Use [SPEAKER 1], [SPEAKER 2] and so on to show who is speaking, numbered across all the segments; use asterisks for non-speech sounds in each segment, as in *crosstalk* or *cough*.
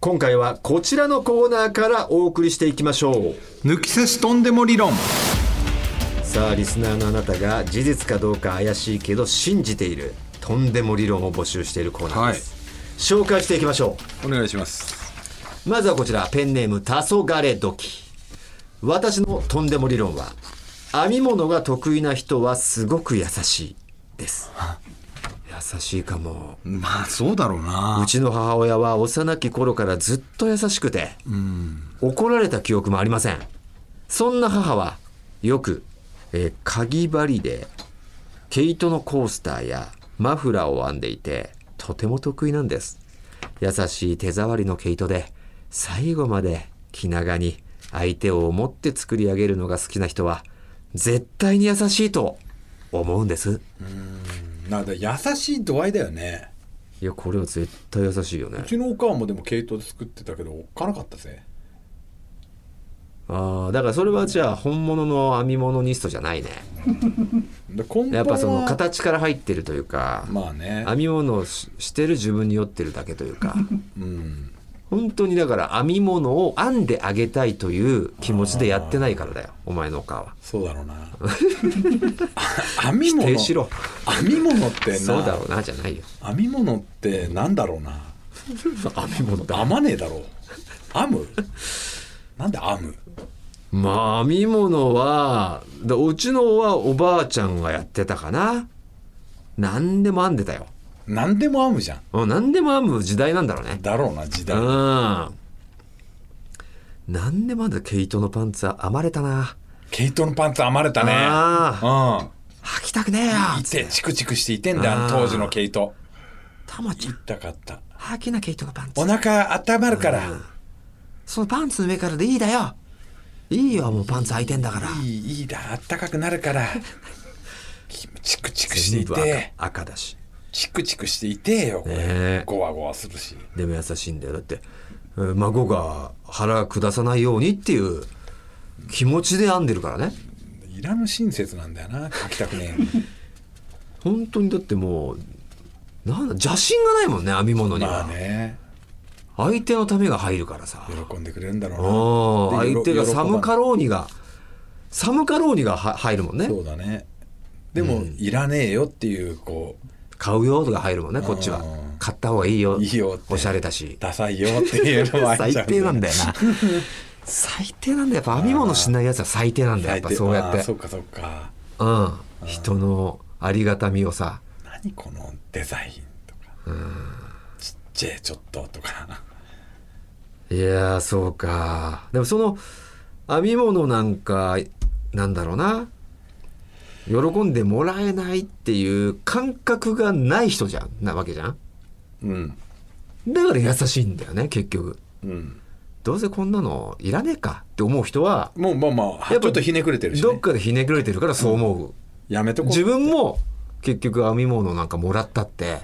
[SPEAKER 1] 今回はこちらのコーナーからお送りしていきましょう
[SPEAKER 2] 抜き差しとんでも理論
[SPEAKER 1] さあリスナーのあなたが事実かどうか怪しいけど信じているとんでも理論を募集しているコーナーです、紹介していきましょ
[SPEAKER 2] お願いします
[SPEAKER 1] うまずはこちらペンネーム黄昏時私のとんでも理論は編み物が得意な人はすごく優しいです優しいかも
[SPEAKER 2] まあそうだろう
[SPEAKER 1] う
[SPEAKER 2] な
[SPEAKER 1] ちの母親は幼き頃からずっと優しくて、怒られた記憶もありません。そんな母は、よく、えー、鍵針で、毛糸のコースターやマフラーを編んでいて、とても得意なんです。優しい手触りの毛糸で、最後まで気長に相手を思って作り上げるのが好きな人は、絶対に優しいと思うんです。
[SPEAKER 2] なんだ優しい度合いだよね
[SPEAKER 1] いや、これは絶対優しいよね
[SPEAKER 3] う。ちのお母もでも系統で作ってたけどおっかなかったぜ
[SPEAKER 1] ああだからそれはじゃあ本物の編み物ニストじゃないね
[SPEAKER 3] で根本は
[SPEAKER 1] やっぱその形から入ってるというか、
[SPEAKER 3] まあね
[SPEAKER 1] 編み物をししてる自分に酔ってるだけというか
[SPEAKER 3] うん
[SPEAKER 1] 本当にだから編み物を編んであげたいという気持ちでやってないからだよお前のお母は
[SPEAKER 3] そうだろ
[SPEAKER 1] *laughs*
[SPEAKER 3] うなあ編み
[SPEAKER 1] 否
[SPEAKER 3] 物
[SPEAKER 1] 定し
[SPEAKER 3] 編
[SPEAKER 1] ろ
[SPEAKER 3] み物ってな
[SPEAKER 1] そうだろうなじゃないよ
[SPEAKER 3] 編み物ってなんだろうな
[SPEAKER 1] 編み物だ
[SPEAKER 3] 編まねえだろう編むなんで編む
[SPEAKER 1] まあ編み物はだうちのはおばあちゃんがやってたかな何でも編んでたよ
[SPEAKER 3] 何でも編むじゃん
[SPEAKER 1] うん何でも編む時代なんだろうね
[SPEAKER 3] だろうな時代
[SPEAKER 1] うん。なんでまだ毛糸のパンツは編まれたな。
[SPEAKER 3] 毛糸のパンツ編まれたね
[SPEAKER 1] あ
[SPEAKER 3] う
[SPEAKER 1] 履きたくねえよ
[SPEAKER 3] んいてチクチクしていてんだあの当時の毛糸
[SPEAKER 1] たまちゃん、
[SPEAKER 3] 痛かった
[SPEAKER 1] 履きな毛糸のパン
[SPEAKER 3] お
[SPEAKER 1] ツ。
[SPEAKER 3] 腹温まるから
[SPEAKER 1] そのパンツの上からでいいだよ。いいよ、もうパンツ履いてんだから。
[SPEAKER 3] いいいいだあったかくなるからきチクチクして
[SPEAKER 1] 全
[SPEAKER 3] い
[SPEAKER 1] 部赤
[SPEAKER 3] て
[SPEAKER 1] 赤だし。
[SPEAKER 3] チクチクしていてよこれ、
[SPEAKER 1] ねえ
[SPEAKER 3] ゴワゴワするし
[SPEAKER 1] でも優しいんだよ。だって、えー孫が腹下さないようにっていう気持ちで編んでるからね。
[SPEAKER 3] いらぬ親切なんだよな書きたくね
[SPEAKER 1] 本当にだってもう、なんだ、邪心がないもんね、編み物 *laughs*
[SPEAKER 3] え
[SPEAKER 1] には。
[SPEAKER 3] まあね
[SPEAKER 1] 相手のためが入るからさ。
[SPEAKER 3] 喜んでくれるんだろう
[SPEAKER 1] あ
[SPEAKER 3] な
[SPEAKER 1] あ
[SPEAKER 3] で
[SPEAKER 1] 相手が
[SPEAKER 3] 喜ば
[SPEAKER 1] 寒かろうにが寒かろうにがは入るもんね
[SPEAKER 3] そうだねでも、いらねえよっていうこう
[SPEAKER 1] 買うよとか入るもんねこっちは
[SPEAKER 3] うん
[SPEAKER 1] 買った方がいいよ
[SPEAKER 3] いいよって
[SPEAKER 1] おしゃれだし
[SPEAKER 3] ダサいよっていうの
[SPEAKER 1] *laughs*
[SPEAKER 3] は
[SPEAKER 1] 最低なんだよ
[SPEAKER 3] *laughs*
[SPEAKER 1] な最低なんだよやっぱ編み物しないやつは最低なんだよやっぱそうやっ
[SPEAKER 3] そ
[SPEAKER 1] て
[SPEAKER 3] うかそうか
[SPEAKER 1] うん人のありがたみをさ
[SPEAKER 3] 何このデザインとかちっちゃいちょっととか *laughs*
[SPEAKER 1] いやーそうかでもその編み物なんかなんだろうな喜んでもらえないっていう感覚がない人じゃんなわけじゃん
[SPEAKER 3] うん
[SPEAKER 1] だから優しいんだよね結局
[SPEAKER 3] うん
[SPEAKER 1] どうせこんなのいらねえかって思う人は
[SPEAKER 3] もうまあまあ
[SPEAKER 1] やっぱ
[SPEAKER 3] ちょっとひねくれてるし、ね、
[SPEAKER 1] どっかでひねくれてるからそう思う、
[SPEAKER 3] やめとこう
[SPEAKER 1] 自分も結局編み物なんかもらったって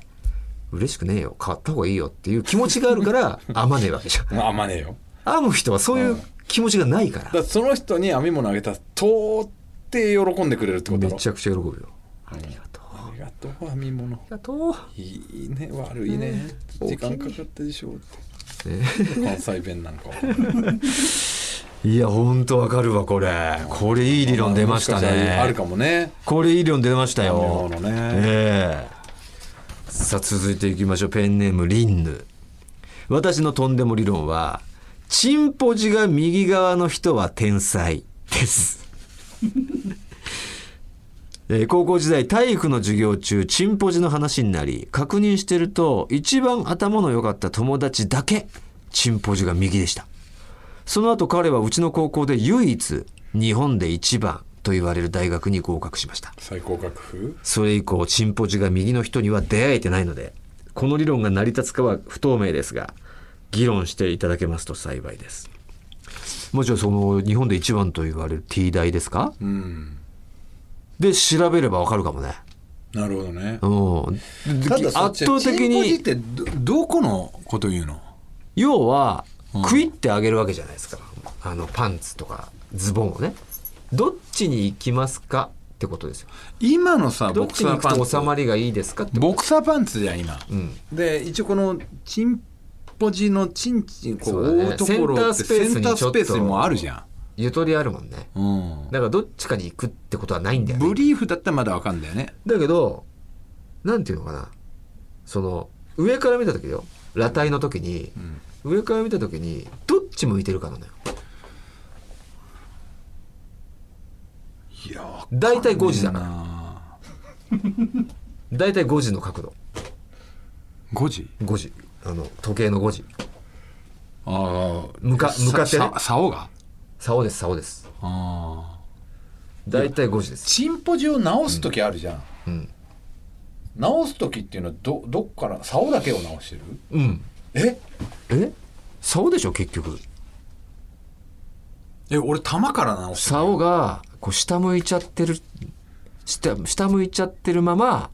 [SPEAKER 1] 嬉しくねえよ買った方がいいよっていう気持ちがあるから
[SPEAKER 3] *laughs*
[SPEAKER 1] 編まねえわけじゃん
[SPEAKER 3] まあまあねえよ
[SPEAKER 1] 編む人はそういう気持ちがないか
[SPEAKER 3] だ
[SPEAKER 1] ら
[SPEAKER 3] からその人に編み物あげたら到底喜んでくれるってことだ
[SPEAKER 1] め
[SPEAKER 3] ろ
[SPEAKER 1] ちゃくちゃ喜ぶよありがとうあ
[SPEAKER 3] ありがとう編み物
[SPEAKER 1] りがとう
[SPEAKER 3] いいね悪いね時間かかったでしょうって関西弁なんか
[SPEAKER 1] いやほんとわかるわこれこれ *laughs* いい理論出ました
[SPEAKER 3] もしかたらある
[SPEAKER 1] ね
[SPEAKER 3] かもね
[SPEAKER 1] これいい理論出ましたよ
[SPEAKER 3] 編み物ね
[SPEAKER 1] ええさあ続いていきましょうペンネームリンヌ私のとんでも理論はチンポジが右側の人は天才です、 *laughs* えー高校時代体育の授業中チンポジの話になり確認してると一番頭の良かった友達だけチンポジが右でしたその後彼はうちの高校で唯一日本で一番と言われる大学に合格しました
[SPEAKER 3] 最高楽譜
[SPEAKER 1] それ以降、チンポジが右の人には出会えてないので、この理論が成り立つかは不透明ですが、議論していただけますと幸いです。もちろんその日本で一番と言われる T 大ですか
[SPEAKER 3] うん
[SPEAKER 1] で調べればわかるかもね。
[SPEAKER 3] なるほどね
[SPEAKER 1] うん、で
[SPEAKER 3] ただそっ
[SPEAKER 1] 圧
[SPEAKER 3] ち
[SPEAKER 1] 倒的
[SPEAKER 3] チンポジっ
[SPEAKER 1] に
[SPEAKER 3] てどどこのこと言うの
[SPEAKER 1] 要は食いってあげるわけじゃないですか、あのパンツとかズボンをねどっちに行きますかってことですよ
[SPEAKER 3] 今のさ
[SPEAKER 1] ど
[SPEAKER 3] ボ
[SPEAKER 1] っ
[SPEAKER 3] ク
[SPEAKER 1] ちに
[SPEAKER 3] サ
[SPEAKER 1] 行
[SPEAKER 3] ーパ
[SPEAKER 1] く
[SPEAKER 3] ン
[SPEAKER 1] と
[SPEAKER 3] ツ
[SPEAKER 1] 収まりがいいですかってこと
[SPEAKER 3] ボクサーパンツじゃん今、
[SPEAKER 1] ん
[SPEAKER 3] で一応このチンぽじのチンチンこ
[SPEAKER 1] そううだね
[SPEAKER 3] 覆うところって
[SPEAKER 1] セ
[SPEAKER 3] セ
[SPEAKER 1] ンタ
[SPEAKER 3] ンタ
[SPEAKER 1] ー
[SPEAKER 3] ー
[SPEAKER 1] ス
[SPEAKER 3] ス
[SPEAKER 1] ペ
[SPEAKER 3] ペ
[SPEAKER 1] ー
[SPEAKER 3] ー
[SPEAKER 1] スにちょっと
[SPEAKER 3] スにもあるじゃ
[SPEAKER 1] ゆとりあるもんね
[SPEAKER 3] ん、うん、
[SPEAKER 1] だからどっちかに行くってことはないんだよね
[SPEAKER 3] ブリーフだったらまだわかんだよね
[SPEAKER 1] だけどなんていうのかなその上から見た時よ裸体の時に、上から見た時にどっち向いてるかなのよ
[SPEAKER 3] いやー
[SPEAKER 1] 大体5時だから
[SPEAKER 3] な
[SPEAKER 1] 大体5時の角度
[SPEAKER 3] 5時
[SPEAKER 1] 5時あの時計の5時
[SPEAKER 3] ああ
[SPEAKER 1] 向か向かってね
[SPEAKER 3] ささ竿が
[SPEAKER 1] 竿です竿です
[SPEAKER 3] あ
[SPEAKER 1] 大体5時です
[SPEAKER 4] チンポジを直す時あるじゃん、
[SPEAKER 1] うん
[SPEAKER 4] 直す時っていうのはどどっから竿だけを直してる
[SPEAKER 1] うん
[SPEAKER 4] え
[SPEAKER 1] え竿でしょ結局
[SPEAKER 3] ーえ俺玉から直してる
[SPEAKER 1] 竿がこう下向いちゃってる下下向いちゃってるまま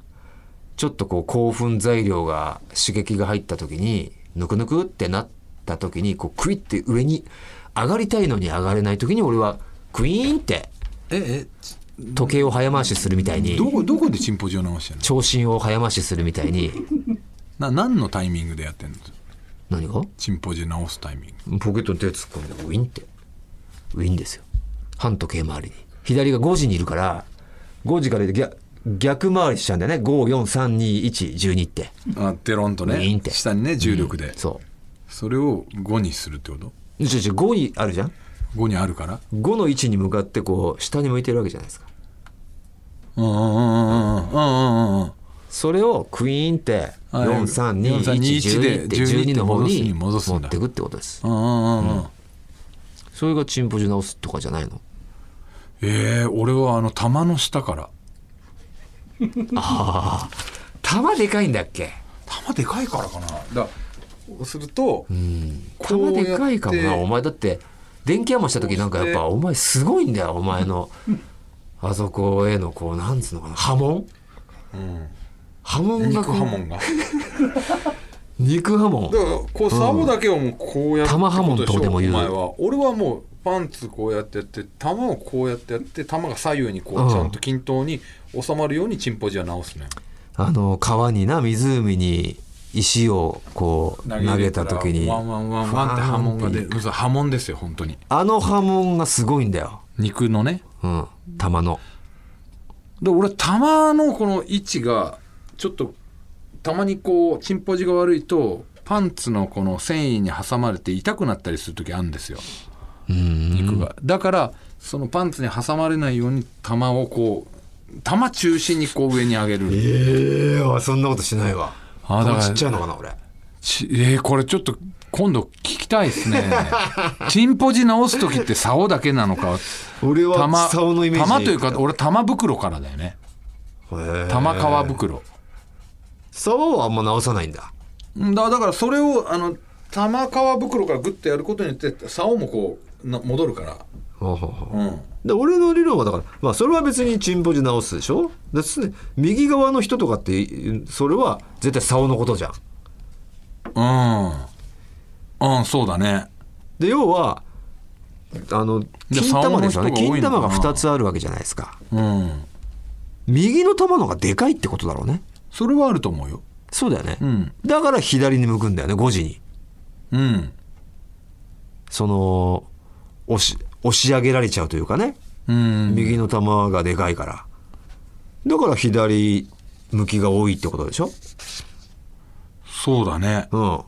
[SPEAKER 1] ちょっとこう興奮材料が刺激が入った時にぬくぬくってなった時にこうクイって上に上がりたいのに上がれない時に俺はクイーンって
[SPEAKER 3] え
[SPEAKER 1] 時計を早回しするみたい
[SPEAKER 3] え
[SPEAKER 1] に
[SPEAKER 3] どこどこでチンポジを直してるの
[SPEAKER 1] 長針を早回しするみたいに
[SPEAKER 3] な何のタイミングでやってんの
[SPEAKER 1] 何が
[SPEAKER 3] チンポジ直すタイミング
[SPEAKER 1] ポケットに手突っ込んでウィンってウィンですよ反時計回りに左が5時にいるから5時から逆逆回りしちゃうんだよね5432112って、
[SPEAKER 3] あデロンと
[SPEAKER 1] ウィーン
[SPEAKER 3] ね
[SPEAKER 1] って
[SPEAKER 3] 下にね重力で、
[SPEAKER 1] そ
[SPEAKER 3] それを5にするってこと
[SPEAKER 1] うちょちょ5にあるじゃん
[SPEAKER 3] 5にあるから
[SPEAKER 1] 5の位置に向かってこう下に向いてるわけじゃないですか
[SPEAKER 3] うんうんうんうんうんうんうん
[SPEAKER 1] それをクイーンって
[SPEAKER 3] はい
[SPEAKER 1] 43211って12の方に
[SPEAKER 3] に戻す
[SPEAKER 1] 持
[SPEAKER 3] ん
[SPEAKER 1] っ
[SPEAKER 3] だ
[SPEAKER 1] てくってことです
[SPEAKER 3] うんうんうん
[SPEAKER 1] それがチンポジ直すとかじゃないの
[SPEAKER 3] ええ俺はあの玉の下から
[SPEAKER 1] 玉でかいんだっけ
[SPEAKER 3] 玉でかいからかな
[SPEAKER 4] だそうすると、こ
[SPEAKER 1] 玉
[SPEAKER 4] うやって
[SPEAKER 1] でかいかもなお前だって電気山した時なんかやっぱお前すごいんだよお前のあそこへのこうなんつうのかな波紋、波紋が
[SPEAKER 3] 肉
[SPEAKER 1] こう
[SPEAKER 3] 波紋が
[SPEAKER 1] 肉波
[SPEAKER 4] だ
[SPEAKER 1] 紋
[SPEAKER 4] からこう竿だけをもうこうやって
[SPEAKER 1] 玉刃文とでも言う
[SPEAKER 4] お前は俺はもうパンツこうやってやって玉をこうやってやって玉が左右にこ
[SPEAKER 1] うん
[SPEAKER 4] うちゃんと均等に収まるようにチンポジは直すね
[SPEAKER 1] あの川にな湖に石をこう投げた時に
[SPEAKER 3] ワンワンワンワンって波紋が出るそう波紋ですよ本当に
[SPEAKER 1] あの波紋がすごいんだよ、
[SPEAKER 3] 肉のね
[SPEAKER 1] うん、玉の
[SPEAKER 3] で俺
[SPEAKER 4] 玉のこの位置がちょっとたまにこうチンポジが悪いとパンツのこの繊維に挟まれて痛くなったりする時あるんですよ
[SPEAKER 1] うん
[SPEAKER 4] 肉が、だからそのパンツに挟まれないように玉をこう玉中心にこう上に上げる、
[SPEAKER 1] ええそんなことしないわ
[SPEAKER 3] あだから
[SPEAKER 1] ちっちゃいのかな俺
[SPEAKER 3] ちえー、これちょっと今度聞きたいで
[SPEAKER 4] *laughs*
[SPEAKER 3] すねチンポジ直す時って竿だけなのか
[SPEAKER 1] 俺
[SPEAKER 3] 玉
[SPEAKER 1] 竿のイメージ
[SPEAKER 3] 玉というか俺玉袋からだよね
[SPEAKER 1] へえ
[SPEAKER 3] 玉皮袋、
[SPEAKER 1] 竿はあんま直さないんだ
[SPEAKER 4] うんだだからそれをあの玉皮袋からグッとやることによって竿もこうな戻るから、うん、
[SPEAKER 1] で俺の理論はだから、まあ、それは別にチンポジ直すでしょだって常に右側の人とかってそれは絶対竿のことじゃん。
[SPEAKER 3] うんうんそうだね
[SPEAKER 1] で要はあの
[SPEAKER 3] じゃ
[SPEAKER 1] 金
[SPEAKER 3] あ
[SPEAKER 1] 玉ですよね
[SPEAKER 3] 竿の人が多いのか
[SPEAKER 1] 金
[SPEAKER 3] な
[SPEAKER 1] 玉が2つあるわけじゃないですか
[SPEAKER 3] うん
[SPEAKER 1] 右の玉の方がでかいってことだろうね
[SPEAKER 3] それはあると思うよ
[SPEAKER 1] そうだよね、
[SPEAKER 3] うん
[SPEAKER 1] だから左に向くんだよね5時に
[SPEAKER 3] うん
[SPEAKER 1] その押し押し上げられちゃうというかね
[SPEAKER 3] うん
[SPEAKER 1] 右の玉がでかいからだから左向きが多いってことでしょ
[SPEAKER 3] そうだね
[SPEAKER 1] うん。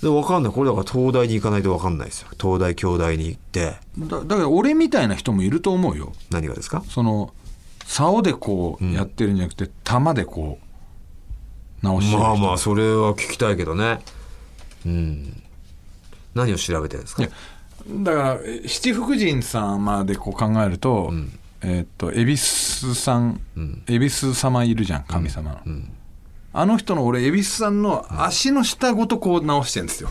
[SPEAKER 1] で、わかんない。これだから東大に行かないとわかんないですよ。東大、京大に行って、
[SPEAKER 3] だだから俺みたいな人もいると思うよ
[SPEAKER 1] 何がですか
[SPEAKER 3] その竿でこうやってるんじゃなくて、玉でこう直してる人
[SPEAKER 1] まあまあ、それは聞きたいけどね。うん。何を調べてるんですか
[SPEAKER 3] いやだからえ七福神さんまでこう考えると、えーっと恵比寿さん恵比寿様いるじゃん神様の、あの人の俺恵比寿さんの足の下ごとこう直してんですよ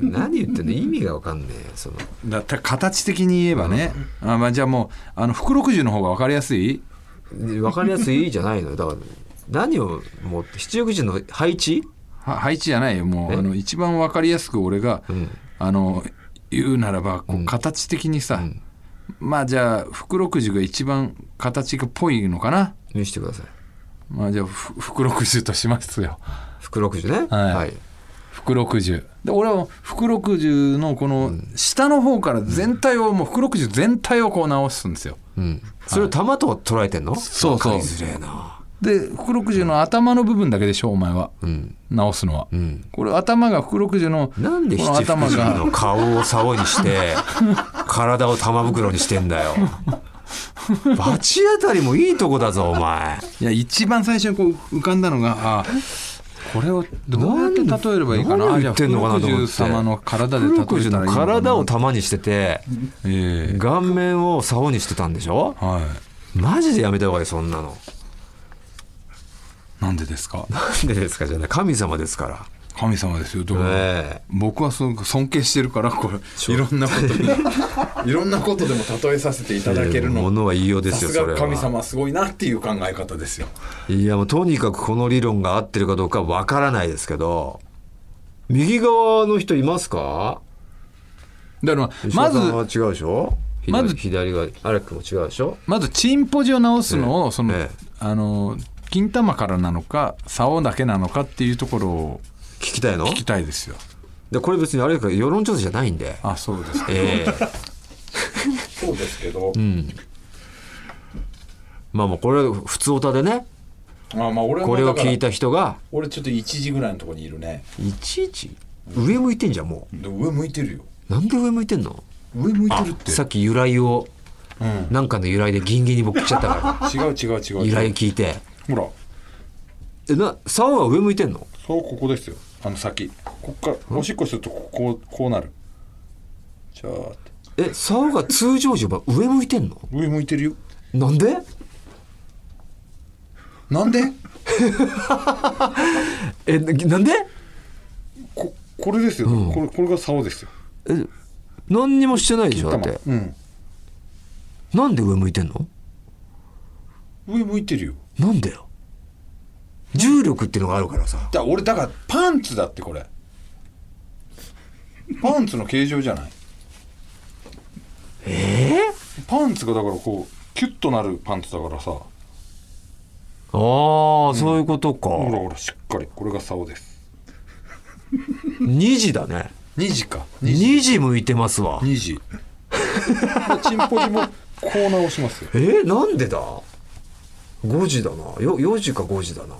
[SPEAKER 1] 何言ってんの意味がわかんねえよその。
[SPEAKER 3] だから形的に言えばね、あまあ、じゃあもうあの福六十の方が分かりやすい
[SPEAKER 1] わかりやすいじゃないのよ。だから、何を、もう、七福神の配置
[SPEAKER 3] は配置じゃないよも
[SPEAKER 1] え
[SPEAKER 3] うあの一番分かりやすく俺が、
[SPEAKER 1] ん
[SPEAKER 3] あの言うならばこう形的にさ、まあじゃあ福六十が一番形がっぽいのかな
[SPEAKER 1] 見せてください。
[SPEAKER 3] まあじゃあふ福六十としますよ
[SPEAKER 1] 福六十ね。
[SPEAKER 3] はい
[SPEAKER 1] はい。
[SPEAKER 3] 福六十で俺は福六十のこの下の方から全体を、もう福六十全体をこう直すんですよ
[SPEAKER 1] うん、それを玉と捉えてんの、
[SPEAKER 3] そうそう
[SPEAKER 1] わかりづれえな
[SPEAKER 3] で福六十の頭の部分だけでしょお前は
[SPEAKER 1] うん
[SPEAKER 3] 直すのは、
[SPEAKER 1] うん
[SPEAKER 3] これ頭が福六十の
[SPEAKER 1] なんで
[SPEAKER 3] こ
[SPEAKER 1] 七
[SPEAKER 3] の頭
[SPEAKER 1] 福神
[SPEAKER 3] が
[SPEAKER 1] の顔を竿にして
[SPEAKER 3] *laughs*
[SPEAKER 1] 体を玉袋にしてんだよ罰当たりもいいとこだぞお前
[SPEAKER 3] いや一番最初にこう浮かんだのがあこれをどうやって例えればいいかな
[SPEAKER 1] 何
[SPEAKER 3] あ
[SPEAKER 1] 言ってんのかなと思って
[SPEAKER 3] じゃあ福六十様の体で例え
[SPEAKER 1] 黒くじ
[SPEAKER 3] たらい
[SPEAKER 1] の
[SPEAKER 3] いのかな
[SPEAKER 1] 体を玉にしてて
[SPEAKER 3] ええ
[SPEAKER 1] 顔面を竿にしてたんでしょ
[SPEAKER 3] はい
[SPEAKER 1] マジでやめた方がいいそんなの
[SPEAKER 3] なんでですか
[SPEAKER 1] なんでですかじゃない神様ですから
[SPEAKER 3] 神様ですよどうも
[SPEAKER 1] え
[SPEAKER 3] 僕はすごく尊敬してるからこ
[SPEAKER 1] そ
[SPEAKER 3] れ
[SPEAKER 1] う
[SPEAKER 3] いろんなこと
[SPEAKER 1] *laughs*
[SPEAKER 3] にいろんなことでも例えさせてい
[SPEAKER 1] え
[SPEAKER 3] ただける
[SPEAKER 1] も
[SPEAKER 3] の
[SPEAKER 1] のは言いようで
[SPEAKER 3] さ
[SPEAKER 1] すよ
[SPEAKER 3] す
[SPEAKER 1] それ
[SPEAKER 3] が
[SPEAKER 1] は
[SPEAKER 3] 神様すごいなっていう考え方ですよ
[SPEAKER 1] いやもうとにかくこの理論が合ってるかどうかわからないですけど右側の人いますか
[SPEAKER 3] だからま
[SPEAKER 1] まず
[SPEAKER 3] ず
[SPEAKER 1] は違うでしょ
[SPEAKER 3] ま
[SPEAKER 1] まず
[SPEAKER 3] ず
[SPEAKER 1] 左側アレックも違うでしょ
[SPEAKER 3] まずチンポジを直すのをその、
[SPEAKER 1] ええ
[SPEAKER 3] あの金玉からなのか竿だけなのかっていうところを
[SPEAKER 1] 聞きたいの
[SPEAKER 3] 聞きたいですよ
[SPEAKER 1] でこれ別にアレックが世論調査じゃないんで
[SPEAKER 3] あそうですか
[SPEAKER 1] ええ
[SPEAKER 3] そうですけど、
[SPEAKER 1] まあもうこれ普通歌でね
[SPEAKER 3] まあまあ俺
[SPEAKER 1] これを聞い
[SPEAKER 3] た
[SPEAKER 1] た人が
[SPEAKER 3] 俺ちょっと1時ぐらいのところにいるね
[SPEAKER 1] いちいち上向いてんじゃんも
[SPEAKER 3] で上向いてるよ
[SPEAKER 1] うなんで上向いてんの
[SPEAKER 3] 上向いてるっ
[SPEAKER 1] さっき由来を
[SPEAKER 3] うん、違
[SPEAKER 1] なんかの由来でギンギンに僕来ちゃったか
[SPEAKER 3] う違う
[SPEAKER 1] *laughs*
[SPEAKER 3] 違
[SPEAKER 1] ら
[SPEAKER 3] う
[SPEAKER 1] 由来聞いて
[SPEAKER 3] ほら
[SPEAKER 1] えな竿は上向いてんの
[SPEAKER 3] そうここですよあの先こっからおしっこするとここうこうなるじゃあ
[SPEAKER 1] え竿が通常時は上向いてんの
[SPEAKER 3] 上向いてるよ
[SPEAKER 1] なんで
[SPEAKER 3] なんで
[SPEAKER 1] えななんで
[SPEAKER 3] ここれですよ、これこれが竿ですよ
[SPEAKER 1] え何にもしてないでしょだって
[SPEAKER 3] うん
[SPEAKER 1] なんで上向いてんの
[SPEAKER 3] 上向いてるよ
[SPEAKER 1] なんだよ重力っていうのがあるからさ
[SPEAKER 3] だ俺だからパンツだってこれパンツの形状じゃない
[SPEAKER 1] ええ
[SPEAKER 3] パンツがだからこうキュッとなるパンツだからさほ
[SPEAKER 1] ああそういうことから
[SPEAKER 3] ほらしっかりこれが竿です
[SPEAKER 1] 2時だね
[SPEAKER 3] 2時か
[SPEAKER 1] 2時向いてますわ
[SPEAKER 3] 2時 *laughs* チンポジもこう直しますよ
[SPEAKER 1] えー、なんでだ5時だなよ4時か5時だな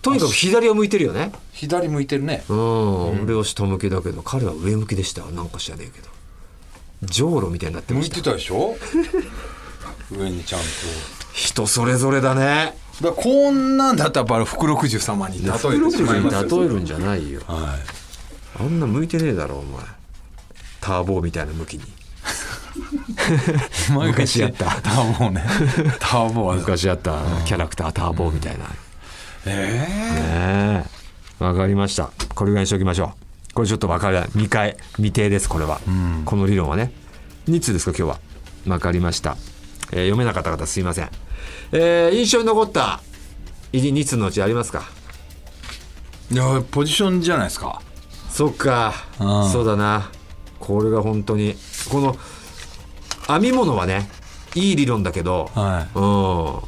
[SPEAKER 1] とにかく左を向いてるよね
[SPEAKER 3] 左向いてるね
[SPEAKER 1] うん、俺は下向きだけど彼は上向きでしたなんか知らねえけどじょうろみたいになってま
[SPEAKER 3] 向い
[SPEAKER 1] した
[SPEAKER 3] てたでし *laughs* ょ上にちゃん
[SPEAKER 1] 人それぞれだね
[SPEAKER 3] とだからこんなんだったらやっぱ福六十様に例えてしまいますよ
[SPEAKER 1] 例えるんじゃないよ
[SPEAKER 3] は
[SPEAKER 1] あんな向いてねえだろお前ターボーみたいな向きに
[SPEAKER 3] い
[SPEAKER 1] 昔やった
[SPEAKER 3] ターボーねターボーは
[SPEAKER 1] 昔あったキャラクターターボーみたいな、
[SPEAKER 3] *laughs* ええ
[SPEAKER 1] ねえわかりましたこれぐらいにしておきましょうこれちょっとわからない未開未定ですこれは、この理論はね2通ですか今日はわかりました、えー読めなかった方すいません、えー印象に残った2通のうちありますか
[SPEAKER 3] いやポジションじゃないですか
[SPEAKER 1] そっか
[SPEAKER 3] うん
[SPEAKER 1] そうだなこれが本当にこの編み物はねいい理論だけど、
[SPEAKER 3] は
[SPEAKER 1] う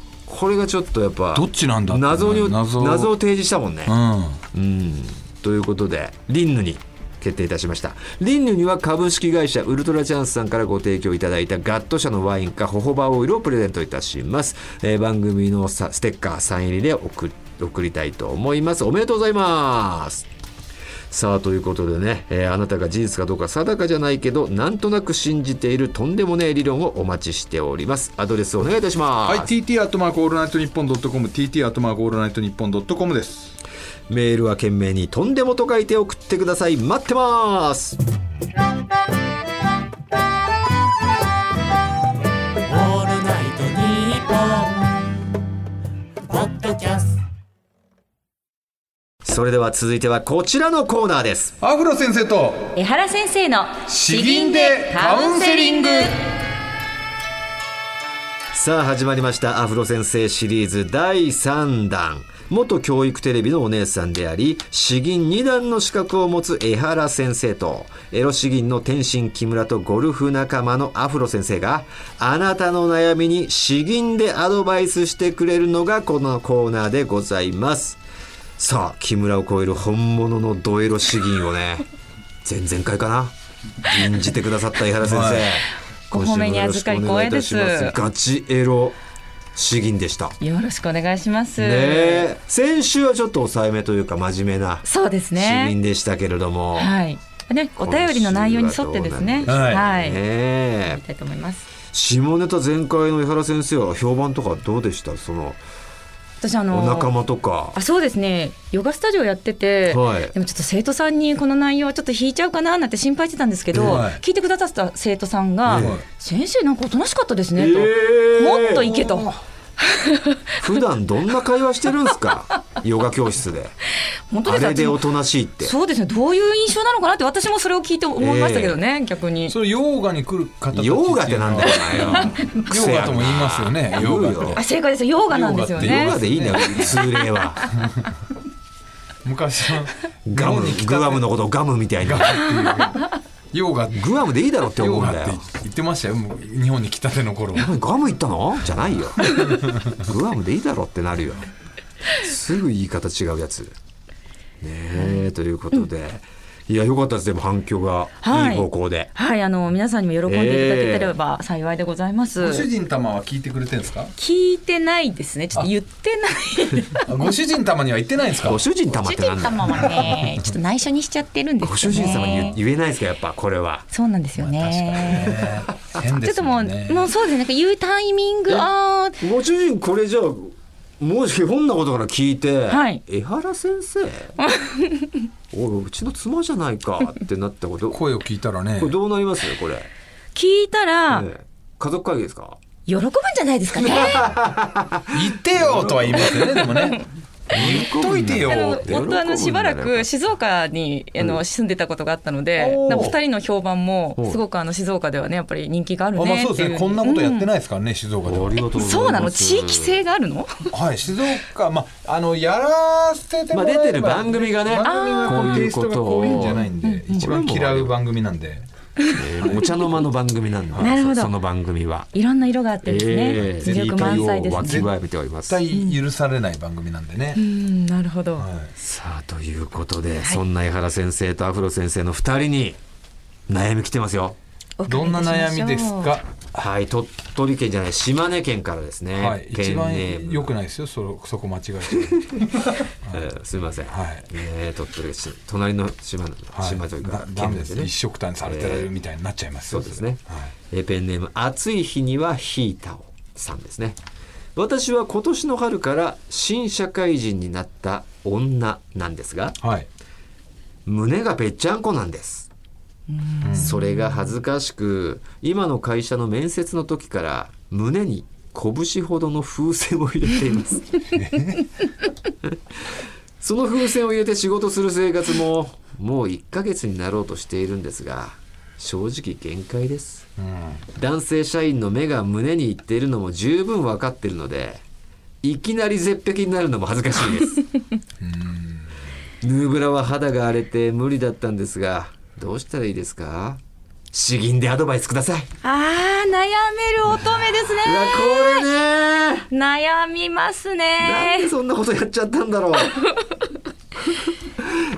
[SPEAKER 1] んこれがちょっとやっぱ
[SPEAKER 3] どっちなんだってね
[SPEAKER 1] 謎に謎
[SPEAKER 3] 謎
[SPEAKER 1] を提示したもんね、
[SPEAKER 3] う
[SPEAKER 1] うん、ということでリンヌに決定いたしましたリンヌには株式会社ウルトラチャンスさんからご提供いただいたガット社のワインかホホバオイルをプレゼントいたします、えー番組のさステッカーサイン入りで送り送りたいと思いますおめでとうございますさあということでね、えーあなたが事実かどうか定かじゃないけどなんとなく信じているとんでもねえ理論をお待ちしておりますアドレスお願いいたします、
[SPEAKER 3] はい TT アットマークオールナイトニッポンドットコム TT アットマークオールナイトニッポンドットコムです
[SPEAKER 1] メールは懸命に「とんでも」と書いて送ってください待ってます
[SPEAKER 5] オールナイトニッポン」ポッドキャスト
[SPEAKER 1] それでは続いてはこちらのコーナーです
[SPEAKER 3] アフロ先生と
[SPEAKER 6] 江原先生の
[SPEAKER 3] 詩吟でカウンセリング
[SPEAKER 1] さあ始まりましたアフロ先生シリーズ第3弾元教育テレビのお姉さんであり詩吟2段の資格を持つ江原先生とエロ詩吟の天心木村とゴルフ仲間のアフロ先生があなたの悩みに詩吟でアドバイスしてくれるのがこのコーナーでございますさあ木村を超える本物のドエロ詩吟をね前々回かな吟じてくださった井原先生、
[SPEAKER 6] *laughs* ご褒めに預かり光栄です
[SPEAKER 1] 今週もよろしくお願いいたしますガチエロ詩吟でした
[SPEAKER 6] よろしくお願いします。
[SPEAKER 1] ねえ先週はちょっと抑えめというか真面目な
[SPEAKER 6] そうです
[SPEAKER 1] 詩
[SPEAKER 6] ね。
[SPEAKER 1] 吟でしたけれども、
[SPEAKER 6] はい。ね、お便りの内容に沿ってですね。
[SPEAKER 1] 今
[SPEAKER 3] 週はどう
[SPEAKER 6] は。
[SPEAKER 3] ない
[SPEAKER 1] ね
[SPEAKER 6] や
[SPEAKER 1] え
[SPEAKER 6] りたいと思います。
[SPEAKER 1] 下ネタ全開の井原先生は評判とかどうでしたその
[SPEAKER 6] 私あの
[SPEAKER 1] お仲間とか
[SPEAKER 6] あ、そうですね。ヨガスタジオやってて、
[SPEAKER 1] はい
[SPEAKER 6] でもちょっと生徒さんにこの内容はちょっと引いちゃうかななんて心配してたんですけど、
[SPEAKER 3] はい
[SPEAKER 6] 聞いてくださった生徒さんが、
[SPEAKER 1] ね
[SPEAKER 6] 先生なんかおとなしかったですねと、
[SPEAKER 1] え
[SPEAKER 6] もっといけと。
[SPEAKER 1] 普段どんな会話してるんです
[SPEAKER 6] *laughs*
[SPEAKER 1] かヨガ教室で
[SPEAKER 6] 本当
[SPEAKER 1] あ
[SPEAKER 6] です
[SPEAKER 1] れで
[SPEAKER 6] よ
[SPEAKER 1] おとなしいって
[SPEAKER 6] そうですね。どういう印象なのかなって私もそれを聞いて思いましたけどね、逆に。
[SPEAKER 3] それヨーガに来る方たち
[SPEAKER 1] ヨーガってなんだよお前よ
[SPEAKER 3] *laughs* ヨーガとも言いますよね
[SPEAKER 1] ヨー
[SPEAKER 3] ヨー
[SPEAKER 1] ガ
[SPEAKER 3] ガ
[SPEAKER 1] って
[SPEAKER 3] って
[SPEAKER 6] あ正解ですヨガなんですよ
[SPEAKER 1] ヨガ
[SPEAKER 6] ね。
[SPEAKER 1] でいいんだよ通例
[SPEAKER 6] *laughs*
[SPEAKER 1] は
[SPEAKER 3] 昔の
[SPEAKER 1] ガム
[SPEAKER 3] 日本に来た
[SPEAKER 1] グアムのことをガムみたいな
[SPEAKER 3] ヨーガって
[SPEAKER 1] グアムでいいだろって思
[SPEAKER 3] ヨ
[SPEAKER 1] うんだ
[SPEAKER 3] ーガって
[SPEAKER 1] よ
[SPEAKER 3] 言ってましたよもう日本に来たての頃
[SPEAKER 1] 何ガム行ったのじゃないよグアムでいいだろってなるよすぐ言い方違うやつねえということで、いやよかったですでも反響が
[SPEAKER 6] は
[SPEAKER 1] い
[SPEAKER 6] い
[SPEAKER 1] い方向で、
[SPEAKER 6] はい、あの皆さんにも喜んでいただけてれば幸いでございます。
[SPEAKER 3] ご主人様は聞いてくれてるんですか
[SPEAKER 6] 聞いてないですね。ちょっと言ってない。
[SPEAKER 3] あご主人様には言ってないんですか
[SPEAKER 1] ご主人様っ
[SPEAKER 6] 主
[SPEAKER 1] てなん
[SPEAKER 6] 人
[SPEAKER 1] だよ
[SPEAKER 6] 様はね、ちょっと内緒にしちゃってるんですよね。
[SPEAKER 1] ご主人様に言言えないですかやっぱこれは
[SPEAKER 6] そうなんですよね。
[SPEAKER 3] ね変
[SPEAKER 6] ちょ
[SPEAKER 3] で
[SPEAKER 6] っと
[SPEAKER 3] す
[SPEAKER 6] も
[SPEAKER 3] も
[SPEAKER 6] う、
[SPEAKER 3] んね
[SPEAKER 6] もうそうですね。なんか言うタイミング、あー
[SPEAKER 1] ご主人これじゃあもしひょんなことから聞いて「
[SPEAKER 6] はい
[SPEAKER 1] 江原先生
[SPEAKER 6] *laughs*
[SPEAKER 1] おいうちの妻じゃないか」ってなったことこ
[SPEAKER 3] 声を聞いたらね
[SPEAKER 1] れどうなりますこれ、ね
[SPEAKER 6] 聞いたら、
[SPEAKER 1] え家族会議ですか
[SPEAKER 6] 喜ぶんじゃないですかね。
[SPEAKER 3] 言ってよとは言いますよねでも
[SPEAKER 6] *laughs*
[SPEAKER 3] ね言っといてよ
[SPEAKER 6] あの
[SPEAKER 3] って
[SPEAKER 6] 夫あのしばらく静岡にあ
[SPEAKER 1] う
[SPEAKER 6] の
[SPEAKER 1] ん
[SPEAKER 6] 住んでたことがあったので、
[SPEAKER 1] おー
[SPEAKER 6] なんか二人の評判も
[SPEAKER 1] おう
[SPEAKER 6] すごくあの静岡ではねやっぱり人気がある
[SPEAKER 3] あまあ
[SPEAKER 6] ね
[SPEAKER 3] そう
[SPEAKER 6] っ
[SPEAKER 3] です
[SPEAKER 6] ていう。
[SPEAKER 3] ねこんなことやって
[SPEAKER 6] うん
[SPEAKER 3] ないですからね静岡では
[SPEAKER 1] ありがとうございます
[SPEAKER 6] そうなの地域性があるの？
[SPEAKER 3] はい静岡まああのやらせてもらえば
[SPEAKER 1] まあ出てる番組がね
[SPEAKER 3] 番組
[SPEAKER 1] あー
[SPEAKER 3] がこうテイストがこういうんじゃないんで
[SPEAKER 1] う
[SPEAKER 3] 一番嫌う番組なんで
[SPEAKER 1] えーお茶の間の番組なんで
[SPEAKER 6] *laughs* なるほど
[SPEAKER 1] その番組は。
[SPEAKER 6] いろんな色があってですね、
[SPEAKER 1] えー
[SPEAKER 6] 魅力満載
[SPEAKER 1] 理解
[SPEAKER 6] ですね
[SPEAKER 1] を。わきまえております。
[SPEAKER 3] 絶対許されない番組なんでね
[SPEAKER 6] うん、なるほど。
[SPEAKER 3] はい
[SPEAKER 1] さあということで、そんな江原先生とアフロ先生の2人に悩み来てますよ。
[SPEAKER 6] お伺
[SPEAKER 3] ど
[SPEAKER 6] いい
[SPEAKER 3] ん
[SPEAKER 6] た
[SPEAKER 3] な
[SPEAKER 6] しましょう
[SPEAKER 3] 悩みです。か
[SPEAKER 1] はい鳥取県じゃない島根県からですね。
[SPEAKER 3] はい
[SPEAKER 1] ペ
[SPEAKER 3] 一
[SPEAKER 1] ンネ
[SPEAKER 3] 番
[SPEAKER 1] ーム
[SPEAKER 3] 良くないですよそそこ間違
[SPEAKER 1] *laughs*
[SPEAKER 3] えて
[SPEAKER 1] えーすみません。
[SPEAKER 3] はい
[SPEAKER 1] えー鳥取市隣の島の
[SPEAKER 3] はい
[SPEAKER 1] 島というか
[SPEAKER 3] だダ
[SPEAKER 1] 県
[SPEAKER 3] メ
[SPEAKER 1] で
[SPEAKER 3] ですす
[SPEAKER 1] ね
[SPEAKER 3] ね一。色単にされてるみたいになっちゃいます
[SPEAKER 1] そう
[SPEAKER 3] よ
[SPEAKER 1] ですね
[SPEAKER 3] はい。
[SPEAKER 1] えーペンネーム暑い日にはヒータオさんですね。私は今年の春から新社会人になった女なんですが。
[SPEAKER 3] はい
[SPEAKER 1] 胸がぺっちゃんこなんです、それが恥ずかしく今の会社の面接の時から胸に拳ほどの風船を入れています
[SPEAKER 3] *laughs*
[SPEAKER 1] その風船を入れて仕事する生活ももう1ヶ月になろうとしているんですが正直限界です
[SPEAKER 3] うん
[SPEAKER 1] 男性社員の目が胸にいっているのも十分分かってるのでいきなり絶壁になるのも恥ずかしいですヌーブラは肌が荒れて無理だったんですがどうしたらいいですか詩吟でアドバイスください、
[SPEAKER 6] あー、悩める乙女ですね。
[SPEAKER 1] うわこれね
[SPEAKER 6] 悩みます
[SPEAKER 1] なんで
[SPEAKER 6] ね。
[SPEAKER 1] そんなことやっちゃったんだろ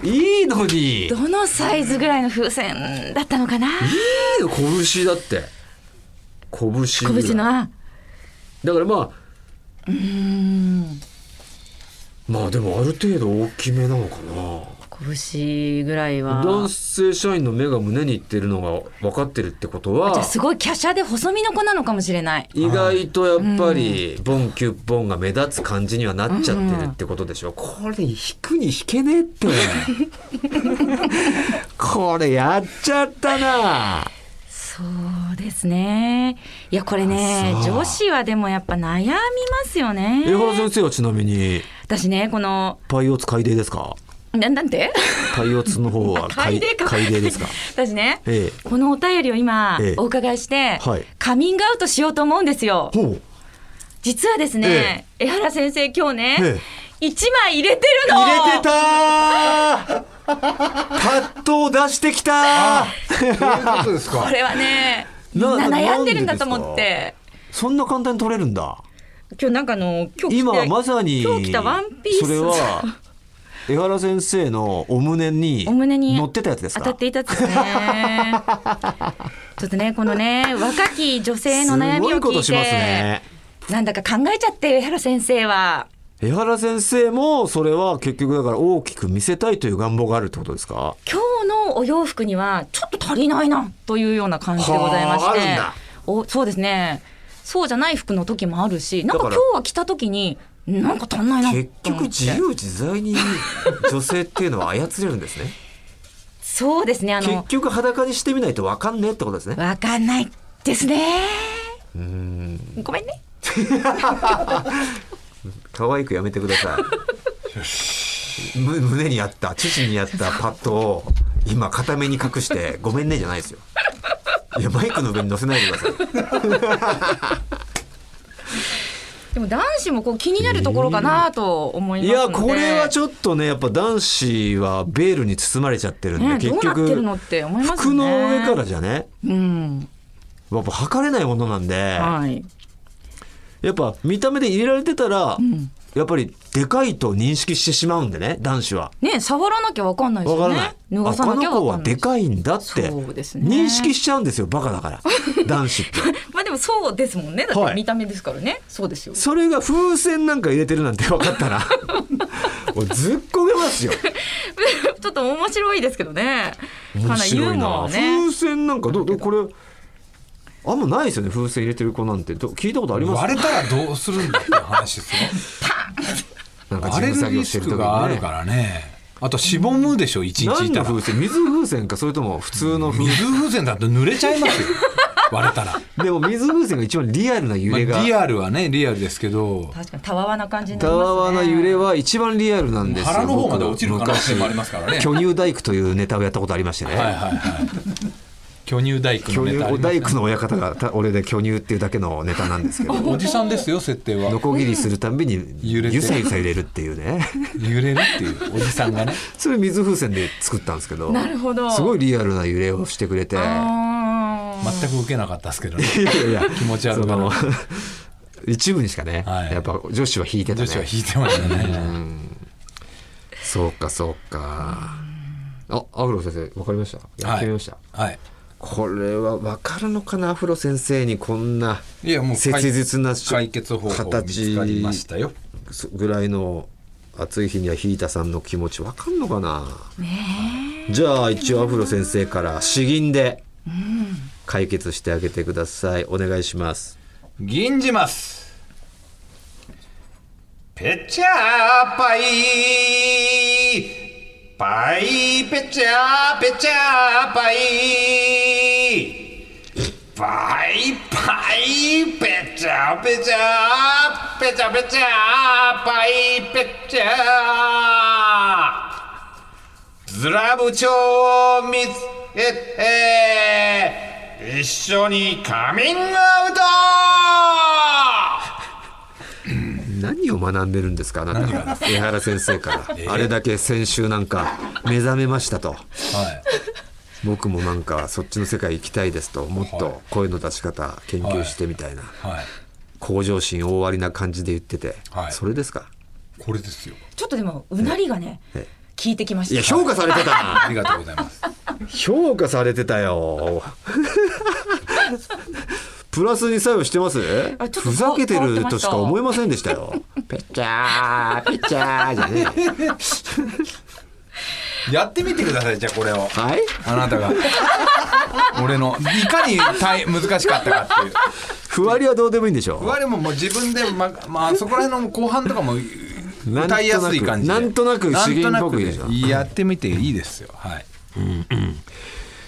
[SPEAKER 1] ういいのにいい
[SPEAKER 6] どのサイズぐらいの風船だったのかな。
[SPEAKER 1] の拳だって拳ぐらい
[SPEAKER 6] 拳の。あ
[SPEAKER 1] だからまあ
[SPEAKER 6] うん、
[SPEAKER 1] まあでもある程度大きめなのかな
[SPEAKER 6] 拳ぐらいは。
[SPEAKER 1] 男性社員の目が胸にいってるのが分かってるってことは
[SPEAKER 6] じゃあすごい華奢で細身の子なのかもしれない。
[SPEAKER 1] 意外とやっぱりボンキュッボンが目立つ感じにはなっちゃってるってことでしょこれ引くに引けねえって *laughs* これやっちゃったな
[SPEAKER 6] そうですね。いやこれね
[SPEAKER 1] あそう
[SPEAKER 6] 女子はでもやっぱ悩みますよね。
[SPEAKER 1] 江原先生はちなみに
[SPEAKER 6] 私ねこの
[SPEAKER 1] パイオツ海底ですか
[SPEAKER 6] なんなんて
[SPEAKER 1] パイオツの方は
[SPEAKER 6] 海底か
[SPEAKER 1] 海底ですか
[SPEAKER 6] *laughs* 私ね、
[SPEAKER 1] え
[SPEAKER 6] このお便りを今
[SPEAKER 1] ええ
[SPEAKER 6] お伺いして、
[SPEAKER 1] はい
[SPEAKER 6] カミングアウトしようと思うんですよ
[SPEAKER 1] えほう
[SPEAKER 6] 実はですね、江原先生今日ね、
[SPEAKER 1] え
[SPEAKER 6] 一枚入れてるの
[SPEAKER 1] 入れてたーパッとを出してきた
[SPEAKER 3] そういうことです
[SPEAKER 1] *laughs*
[SPEAKER 6] こ
[SPEAKER 3] か
[SPEAKER 6] れはねみん
[SPEAKER 1] な
[SPEAKER 6] な
[SPEAKER 1] な
[SPEAKER 6] 悩んでるんだと
[SPEAKER 1] なん
[SPEAKER 6] 思っ
[SPEAKER 1] で
[SPEAKER 6] て
[SPEAKER 1] そんな簡単に取れるんだ
[SPEAKER 6] 今日なんかあの今日着て
[SPEAKER 1] 今まさに
[SPEAKER 6] 今日着たワンピース
[SPEAKER 1] それは江原先生のお胸に
[SPEAKER 6] お胸に
[SPEAKER 1] 乗ってたやつです
[SPEAKER 6] 当
[SPEAKER 1] か
[SPEAKER 6] たっていたで
[SPEAKER 1] *laughs*
[SPEAKER 6] すね。ちょっとね、このね、若き女性の悩
[SPEAKER 1] すご
[SPEAKER 6] みを
[SPEAKER 1] いこ
[SPEAKER 6] 聞
[SPEAKER 1] と
[SPEAKER 6] い
[SPEAKER 1] します
[SPEAKER 6] て
[SPEAKER 1] ね、
[SPEAKER 6] なんだか考えちゃって、上原先生は。
[SPEAKER 1] 江原先生もそれは結局だから大きく見せたいという願望があるってことですか
[SPEAKER 6] 今日のお洋服にはちょっと足りないなというような感じでございま
[SPEAKER 1] はあ
[SPEAKER 6] し
[SPEAKER 1] あ
[SPEAKER 6] て
[SPEAKER 1] るんだ
[SPEAKER 6] おそうですねそうじゃない服の時もあるしなん
[SPEAKER 1] だ
[SPEAKER 6] か今
[SPEAKER 1] から
[SPEAKER 6] 日は着た時になんか足んないなと思って
[SPEAKER 1] 結局自由自在に女性っていうのは操れるんですね
[SPEAKER 6] そうです *laughs* ねあ
[SPEAKER 1] 結
[SPEAKER 6] の
[SPEAKER 1] 局裸にしてみないと分かんねえってことですね
[SPEAKER 6] わかんないですねごめんね
[SPEAKER 1] 可愛くやめてくださいむ胸にあった父にあったパッドを今固めに隠して「ごめんね」じゃないですよいやマイクの上に乗せないでください
[SPEAKER 6] でも男子もこう気になるところかなと思い
[SPEAKER 1] い
[SPEAKER 6] ますの
[SPEAKER 1] や
[SPEAKER 6] で、
[SPEAKER 1] これはち
[SPEAKER 6] ょ
[SPEAKER 1] ょ
[SPEAKER 6] っ
[SPEAKER 1] っとねやっぱ男子はベールに包まれちゃってるんで、
[SPEAKER 6] ね
[SPEAKER 1] 結
[SPEAKER 6] どうなって
[SPEAKER 1] 局
[SPEAKER 6] るのって思いますね
[SPEAKER 1] 服の上からじゃね
[SPEAKER 6] うん
[SPEAKER 1] やっぱ測れないものなんで、
[SPEAKER 6] はい
[SPEAKER 1] やっぱ見た目で入れられてたら、やっぱりでかいと認識してしまうんでね男子は。
[SPEAKER 6] ね触らなきゃわかんないです
[SPEAKER 1] わ
[SPEAKER 6] よ
[SPEAKER 1] から
[SPEAKER 6] ね
[SPEAKER 1] ない。
[SPEAKER 6] 脱が
[SPEAKER 1] あ
[SPEAKER 6] さ
[SPEAKER 1] こ
[SPEAKER 6] なきゃ
[SPEAKER 1] の子
[SPEAKER 6] わ
[SPEAKER 1] は
[SPEAKER 6] かんない
[SPEAKER 1] でかいんだって
[SPEAKER 6] そうですね
[SPEAKER 1] 認識しちゃうんですよバカだ
[SPEAKER 6] *laughs*
[SPEAKER 1] から男子って。 *laughs*
[SPEAKER 6] まあでもそうですもんねだっ
[SPEAKER 1] は
[SPEAKER 6] て
[SPEAKER 1] い
[SPEAKER 6] 見た目ですからね、そうですよ
[SPEAKER 1] それが風船なんか入れてるなんて分か
[SPEAKER 6] *laughs*
[SPEAKER 1] ったらもうずっこげますよ。
[SPEAKER 6] *laughs* ちょっと面白いですけどね。
[SPEAKER 1] 面白い
[SPEAKER 6] か
[SPEAKER 1] な、
[SPEAKER 6] なり
[SPEAKER 1] 風船なんかどうどうこれあんまないですよね風船入れてる子なんてど聞いたことあります
[SPEAKER 3] 割れたらどうするんだっていう話ですよ
[SPEAKER 1] なん *laughs* か事
[SPEAKER 3] 割
[SPEAKER 1] 務
[SPEAKER 3] れる
[SPEAKER 1] 作業
[SPEAKER 3] リ
[SPEAKER 1] して
[SPEAKER 3] ス
[SPEAKER 1] る時
[SPEAKER 3] クがあ
[SPEAKER 1] に
[SPEAKER 3] る
[SPEAKER 1] ね
[SPEAKER 3] からねあとしぼむでしょ一日
[SPEAKER 1] 何
[SPEAKER 3] い
[SPEAKER 1] の
[SPEAKER 3] たら
[SPEAKER 1] 風船水風船かそれとも普通の風船
[SPEAKER 3] 水風船だと濡れちゃ
[SPEAKER 1] *laughs*
[SPEAKER 3] いますよ割れたら、
[SPEAKER 1] でも水風船が一番リアルな揺
[SPEAKER 3] ま
[SPEAKER 1] れが
[SPEAKER 3] あ、リアルはねリアルですけど
[SPEAKER 6] 確かにたわわな感じにな
[SPEAKER 1] た
[SPEAKER 6] りますね。
[SPEAKER 1] わわな揺れは一番リアルなんですよ
[SPEAKER 3] 腹の方まで落ちる可能性もありますからね
[SPEAKER 1] 僕巨乳大工というネタをやったことありましてね、
[SPEAKER 3] はいはいはい巨乳大工
[SPEAKER 1] 巨
[SPEAKER 3] のネ
[SPEAKER 1] 乳
[SPEAKER 3] タあります
[SPEAKER 1] 大工の親方がた俺で巨乳っていうだけのネタなんですけ
[SPEAKER 3] *laughs*
[SPEAKER 1] ど
[SPEAKER 3] おじさんですよ設定は
[SPEAKER 1] ノコギリするたんびに
[SPEAKER 3] 揺れて
[SPEAKER 1] ゆさゆさ揺れるっていうね *laughs*
[SPEAKER 3] 揺れるっていうおじさんがね
[SPEAKER 1] それ水風船で作ったんですけど
[SPEAKER 6] なるほど
[SPEAKER 1] すごいリアルな揺れをしてくれて
[SPEAKER 6] あー
[SPEAKER 3] 全く受けなかったです
[SPEAKER 1] *laughs*
[SPEAKER 3] けどね
[SPEAKER 1] いやいや
[SPEAKER 3] 気持ち悪いな
[SPEAKER 1] その一部にしかね、
[SPEAKER 3] はい
[SPEAKER 1] やっぱ女子は引いてた
[SPEAKER 3] 女
[SPEAKER 1] ね
[SPEAKER 3] 子は引いてました
[SPEAKER 1] *laughs*
[SPEAKER 3] ね
[SPEAKER 1] そうかそうか。あ、アフロ先生、わかりました。やってみました。
[SPEAKER 3] はい
[SPEAKER 1] これはわかるのかな、アフロ先生にこんない
[SPEAKER 3] やもう
[SPEAKER 1] 切実なし
[SPEAKER 3] 解決方法見つかりましたよ
[SPEAKER 1] 形ぐらいの暑い日にはひいたさんの気持ちわかんのかな。じゃあ一応アフロ先生から詩吟で解決してあげてください。お願いします。
[SPEAKER 3] 銀じますぺちゃーぱいぱいぺちゃーぺちゃーぱいぱいぱいぺちゃーぺちゃーぺちゃーぺちゃーぱいぺちゃーずらぶちょを見つけて一緒にカミングアウト
[SPEAKER 1] 何を学んでるんですかあなた江原先生から、あれだけ先週なんか目覚めましたと
[SPEAKER 3] はい、
[SPEAKER 1] 僕もなんかそっちの世界行きたいですともっと声の出し方研究してみたいな、
[SPEAKER 3] はい、
[SPEAKER 1] 向上心大ありな感じで言ってて、
[SPEAKER 3] はい
[SPEAKER 1] それですか
[SPEAKER 3] これですよ。
[SPEAKER 6] ちょっとでもうなりがね
[SPEAKER 1] え
[SPEAKER 6] 聞いてきまし
[SPEAKER 1] い
[SPEAKER 6] た。
[SPEAKER 1] や評価されて
[SPEAKER 3] あ
[SPEAKER 1] た
[SPEAKER 3] りがとうございます。
[SPEAKER 1] 評価されてたよプラスに作用してます
[SPEAKER 6] あちょっと
[SPEAKER 1] ふざけてるとしか思えませんでしたよ「ペッチャーペッチャー」じゃねえよ
[SPEAKER 3] やってみてください、じゃあこれを。
[SPEAKER 1] はい
[SPEAKER 3] あなたが。俺の、いかに大難しかったかっていう。
[SPEAKER 1] ふわりはどうでもいいんでしょ
[SPEAKER 3] 我ももう自分で、ま、まあそこら辺の後半とかも
[SPEAKER 1] なんとなく
[SPEAKER 3] 歌いやすい感じで。
[SPEAKER 1] なんとなく資源っぽくいいでしょ
[SPEAKER 3] なんとなくやってみていいですよ。はい。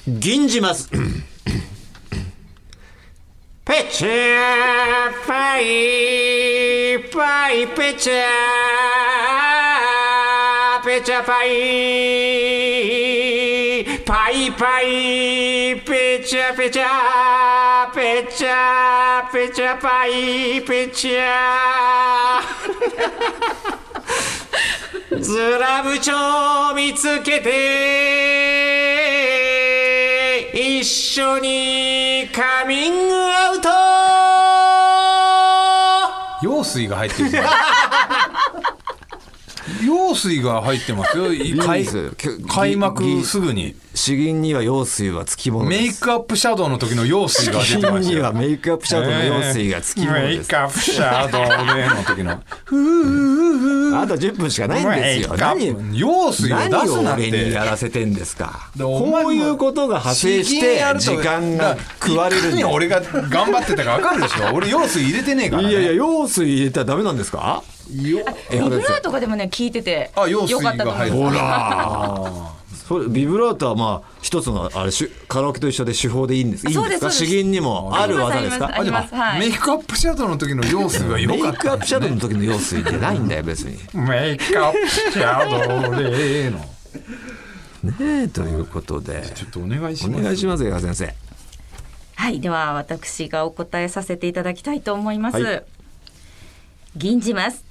[SPEAKER 1] 銀じます。ペチャーパイパイペチャーペチャパイパイパイペチャペチャペチャペチャパイペチャずらぶちを見つけて一緒にカミングアウト
[SPEAKER 3] *laughs* 用水が入ってる。用用水が入ってますよい開
[SPEAKER 1] ですき
[SPEAKER 3] 開幕
[SPEAKER 1] ぎ
[SPEAKER 3] すぐに
[SPEAKER 1] 詩吟には用水はつきもの
[SPEAKER 3] メ
[SPEAKER 1] で
[SPEAKER 3] イ
[SPEAKER 1] す
[SPEAKER 3] クアップシャドウの時の用水が出て
[SPEAKER 1] 詩吟
[SPEAKER 3] ました
[SPEAKER 1] に
[SPEAKER 3] よ
[SPEAKER 1] はメイクアップシャウトの用水がつきもの
[SPEAKER 3] メイ
[SPEAKER 1] です
[SPEAKER 3] クアップシャドウでの時の
[SPEAKER 1] あと10分しかないんですよ何
[SPEAKER 3] 用水を出
[SPEAKER 1] 何を
[SPEAKER 3] すなっ
[SPEAKER 1] 俺に
[SPEAKER 3] て
[SPEAKER 1] やらせてんですか
[SPEAKER 3] でお前も
[SPEAKER 1] こういうことが派生して時間が食われるん
[SPEAKER 3] いかに
[SPEAKER 1] だ
[SPEAKER 3] 俺が頑張ってたか分かるでしょ俺用水入れてねえから、ね、
[SPEAKER 1] いやいや用水入れたらダメなんですか
[SPEAKER 3] よ
[SPEAKER 1] いや
[SPEAKER 6] ビブラートがでもね聞いてて
[SPEAKER 3] あ用水
[SPEAKER 6] よかったと
[SPEAKER 3] が
[SPEAKER 6] 思
[SPEAKER 3] 入
[SPEAKER 6] い
[SPEAKER 3] る
[SPEAKER 6] ます
[SPEAKER 1] ほらそれビブラートはまあ一つのあれしカラオケと一緒で手法でいいんですいいん
[SPEAKER 6] そう
[SPEAKER 1] で
[SPEAKER 6] ですす
[SPEAKER 1] か
[SPEAKER 6] そうです
[SPEAKER 1] 詩吟にもある技です
[SPEAKER 6] あ
[SPEAKER 1] か
[SPEAKER 6] りますあ
[SPEAKER 3] メイ
[SPEAKER 6] ります
[SPEAKER 3] クアップシャドウの時の用水はよ
[SPEAKER 1] メイ
[SPEAKER 3] かっ
[SPEAKER 1] クアップシャドウの時の用水ってないんだよ別に。
[SPEAKER 3] たメイクアップシャドウでの
[SPEAKER 1] ねえということで
[SPEAKER 3] ちょっとお願いし
[SPEAKER 1] お
[SPEAKER 3] ます
[SPEAKER 1] 願いしますよ先生。
[SPEAKER 6] はい、では私がお答えさせていただきたいと思います。
[SPEAKER 1] はい
[SPEAKER 6] 吟じます。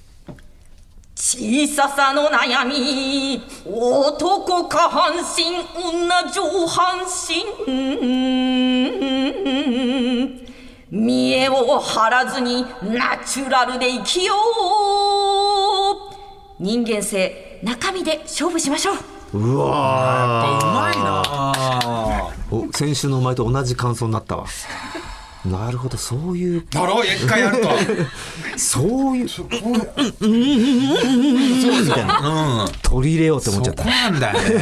[SPEAKER 6] 小ささの悩み、男下半身、女上半身。見栄を張らずにナチュラルで生きよう。人間性、中身で勝負しましょう。
[SPEAKER 1] うわ
[SPEAKER 3] うまいなあ
[SPEAKER 1] ーお先週のお前と同じ感想になったわ。なるほどそういう
[SPEAKER 3] だろ一回やると
[SPEAKER 1] そういううんうんうんうんみたいな
[SPEAKER 3] うん
[SPEAKER 1] 取り入れようと思っちゃ
[SPEAKER 3] そ
[SPEAKER 1] った
[SPEAKER 3] こ。なんだよね出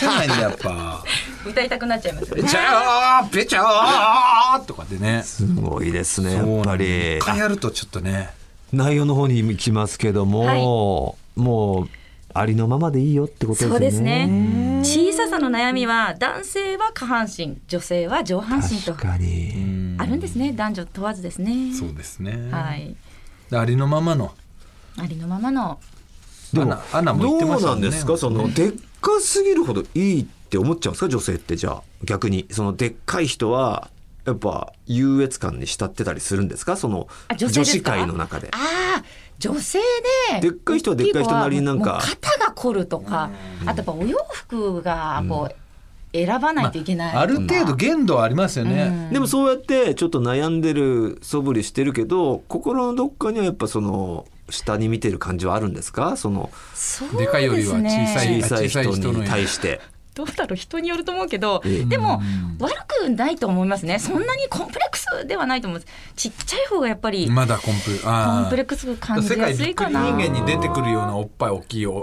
[SPEAKER 3] せないんだやっぱ
[SPEAKER 6] 歌いたくなっちゃいますよ
[SPEAKER 3] べ
[SPEAKER 6] ね。
[SPEAKER 3] ちゃーべちゃーとかでね
[SPEAKER 1] すごいですねや
[SPEAKER 3] そう
[SPEAKER 1] っ
[SPEAKER 3] な
[SPEAKER 1] ぱ
[SPEAKER 3] んで
[SPEAKER 1] り
[SPEAKER 3] 一。回やるとちょっとね
[SPEAKER 1] 内容の方に行きますけども、もうありのままでいいよってことですよね。
[SPEAKER 6] そうですね。小ささの悩みは男性は下半身、女性は上半身と
[SPEAKER 1] 確かに。
[SPEAKER 6] あるんですね。男女問わずですね。
[SPEAKER 3] そうですね
[SPEAKER 6] はい。
[SPEAKER 3] でありのままの
[SPEAKER 6] ありのままの。
[SPEAKER 3] アナアナも言ってましたもんね
[SPEAKER 1] そのでっかすぎるほどいいって思っちゃうんですか女性ってじゃあ逆にそのでっかい人はやっぱ優越感に慕ってたりするんですかその
[SPEAKER 6] あ
[SPEAKER 1] 女
[SPEAKER 6] 女性です
[SPEAKER 1] 子
[SPEAKER 6] か
[SPEAKER 1] 会の中で。
[SPEAKER 6] ああ、女性で。
[SPEAKER 1] でっかい人はでっかい人なりになんか
[SPEAKER 6] もう肩が凝るとか、あとやっぱお洋服がこう選ばないといけない。
[SPEAKER 3] ある程度限度はありますよね、
[SPEAKER 1] でもそうやってちょっと悩んでる素振りしてるけど心のどっかにはやっぱその下に見てる感じはあるんですかその
[SPEAKER 6] そう
[SPEAKER 3] でかいよりは小さ
[SPEAKER 6] です
[SPEAKER 3] い
[SPEAKER 6] ね
[SPEAKER 1] 小さい人
[SPEAKER 3] 小さい人の
[SPEAKER 1] に対して。
[SPEAKER 6] どうだろう人によると思うけど、
[SPEAKER 1] ええ
[SPEAKER 6] でも悪くないと思いますねそんなにコンプレックスではないと思うんですちっちゃい方がやっぱり
[SPEAKER 3] まだコンプ
[SPEAKER 6] コ
[SPEAKER 3] あー
[SPEAKER 6] ンプレックス感じ
[SPEAKER 3] 世
[SPEAKER 6] や
[SPEAKER 3] 界
[SPEAKER 6] す
[SPEAKER 3] びっ
[SPEAKER 6] い
[SPEAKER 3] く
[SPEAKER 6] か
[SPEAKER 3] り
[SPEAKER 6] な
[SPEAKER 3] 人間に出てくるようなおっぱい大きいおい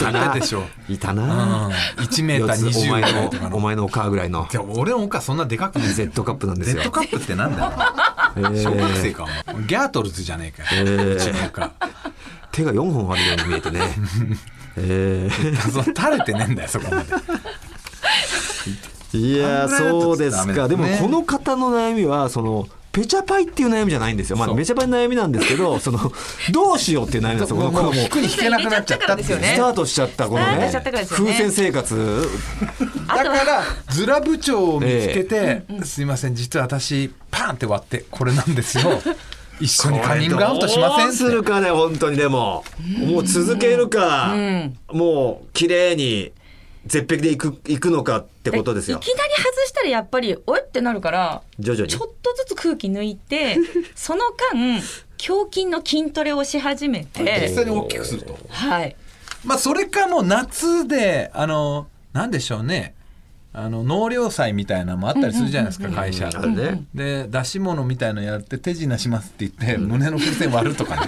[SPEAKER 3] たでしょ
[SPEAKER 1] いた
[SPEAKER 3] うん
[SPEAKER 1] な。
[SPEAKER 3] 1メーター
[SPEAKER 1] 四つお
[SPEAKER 3] 20ぐ
[SPEAKER 1] 前
[SPEAKER 3] らいとか
[SPEAKER 1] のお
[SPEAKER 3] の
[SPEAKER 1] 前のお母ぐらいの
[SPEAKER 3] じゃあ俺のおかそんなでかくない
[SPEAKER 1] Z カップなんですよ
[SPEAKER 3] *laughs* Z。カップってなんだ
[SPEAKER 1] え
[SPEAKER 3] よ小学
[SPEAKER 1] ー
[SPEAKER 3] 生かお前ギャートルズじゃねえか
[SPEAKER 1] え
[SPEAKER 3] よ
[SPEAKER 1] ー
[SPEAKER 3] うちのお *laughs* か
[SPEAKER 1] 手が4本あるように見え
[SPEAKER 3] *laughs*
[SPEAKER 1] てね。え
[SPEAKER 3] その垂れてねえんだよそこまで
[SPEAKER 1] ーいやーそうですか。で
[SPEAKER 3] ダメ
[SPEAKER 1] も
[SPEAKER 3] ですね
[SPEAKER 1] この方の悩みはその。ペチャパイっていう悩みじゃないんですよ。まあ、めちゃパイの悩みなんですけど、その、どうしようっていう悩みなんですよ。この、こ
[SPEAKER 3] も
[SPEAKER 1] の
[SPEAKER 3] う
[SPEAKER 1] もう
[SPEAKER 3] 引くに引けなくなっちゃったっていう
[SPEAKER 1] スタートしちゃった、この
[SPEAKER 6] スタート
[SPEAKER 1] ね
[SPEAKER 6] しちゃったから、ですよね
[SPEAKER 1] 風船生活、
[SPEAKER 6] あ
[SPEAKER 3] だ
[SPEAKER 6] と
[SPEAKER 3] か
[SPEAKER 6] は
[SPEAKER 3] らズラ部長を見つけて「すいません実は私パーンって割ってこれなんで
[SPEAKER 1] *laughs*
[SPEAKER 3] すよ一緒にカミングアウトしません」
[SPEAKER 1] ど
[SPEAKER 3] っ
[SPEAKER 1] うする
[SPEAKER 3] て
[SPEAKER 1] かね、本当にでも。もう続けるか、もう、綺麗に、絶壁でいく、いくのかってことですよ
[SPEAKER 6] い。きなり外したらやっぱりおいってなるから
[SPEAKER 1] 徐々に
[SPEAKER 6] ちょっとずつ空気抜
[SPEAKER 1] *laughs*
[SPEAKER 6] いてその間胸筋の筋トレをし始め
[SPEAKER 3] 実
[SPEAKER 6] て
[SPEAKER 3] 際に大きくすると
[SPEAKER 6] はい
[SPEAKER 3] まあそれかもう夏であのなんでしょうねあの納涼祭みたいなのもあったりするじゃないですか会社
[SPEAKER 1] あるね。
[SPEAKER 3] で出し物みたいのやって手品しますって言って胸の風船割る
[SPEAKER 1] *laughs*
[SPEAKER 3] とかね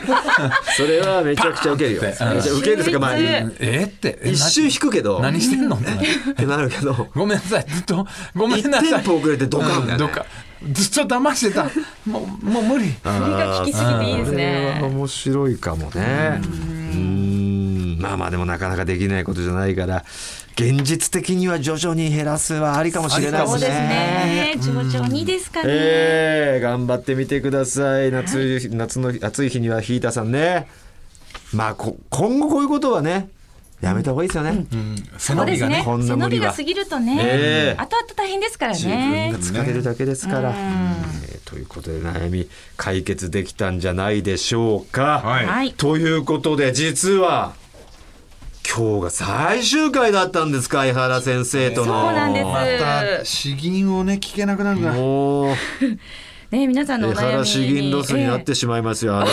[SPEAKER 1] それはめちゃくちゃウケるよ。
[SPEAKER 3] パ
[SPEAKER 1] め
[SPEAKER 3] ンっ
[SPEAKER 1] ち
[SPEAKER 3] て
[SPEAKER 1] ゃ
[SPEAKER 3] うん
[SPEAKER 1] ウケるというか、まあ、
[SPEAKER 6] 秀
[SPEAKER 3] えーってえ
[SPEAKER 1] 一周
[SPEAKER 3] な
[SPEAKER 1] 引くけど、っ
[SPEAKER 3] 何してんのってなる
[SPEAKER 1] てなるけど、
[SPEAKER 3] ごめんなさい、ずっと、ごめんな
[SPEAKER 1] 一
[SPEAKER 3] さ
[SPEAKER 1] 店
[SPEAKER 3] い。
[SPEAKER 1] 舗遅れてドカンだよね
[SPEAKER 3] うんドカンずっと騙してた。もう、もう無理。
[SPEAKER 6] それが効きすぎていいです
[SPEAKER 1] これは
[SPEAKER 6] ね
[SPEAKER 1] 面白いかもね。うんまあまあでもなかなかできないことじゃないから現実的には徐々に減らすはありかもしれないで
[SPEAKER 6] そう
[SPEAKER 1] す
[SPEAKER 6] です
[SPEAKER 1] ね。
[SPEAKER 6] ね徐々にですかね
[SPEAKER 1] えー頑張ってみてください夏い夏の暑い日にはヒーターさんねまあこ今後こういうことはねやめた方がいいですよね、
[SPEAKER 3] 背
[SPEAKER 6] そ
[SPEAKER 3] 伸
[SPEAKER 6] うで
[SPEAKER 3] び
[SPEAKER 6] す
[SPEAKER 3] が
[SPEAKER 6] ね
[SPEAKER 3] ね。
[SPEAKER 1] こんな
[SPEAKER 6] 背
[SPEAKER 1] 無
[SPEAKER 6] 伸
[SPEAKER 1] 理
[SPEAKER 6] び
[SPEAKER 1] は
[SPEAKER 6] が過ぎると
[SPEAKER 1] え
[SPEAKER 6] ね
[SPEAKER 1] え
[SPEAKER 6] 後々大変ですから
[SPEAKER 1] 自分が
[SPEAKER 6] ね
[SPEAKER 1] 疲れるだけですから、えーということで悩み解決できたんじゃないでしょうか、
[SPEAKER 3] はい
[SPEAKER 6] はい
[SPEAKER 1] ということで実は今日が最終回だったんですか井原先生との
[SPEAKER 6] そうなんです
[SPEAKER 3] また、詩吟をね、聞けなくなるな。
[SPEAKER 1] もう
[SPEAKER 6] ね皆さんのお
[SPEAKER 1] 江
[SPEAKER 6] 悩み
[SPEAKER 1] 原
[SPEAKER 6] に
[SPEAKER 1] 資金ロスになってしまいますよ、あの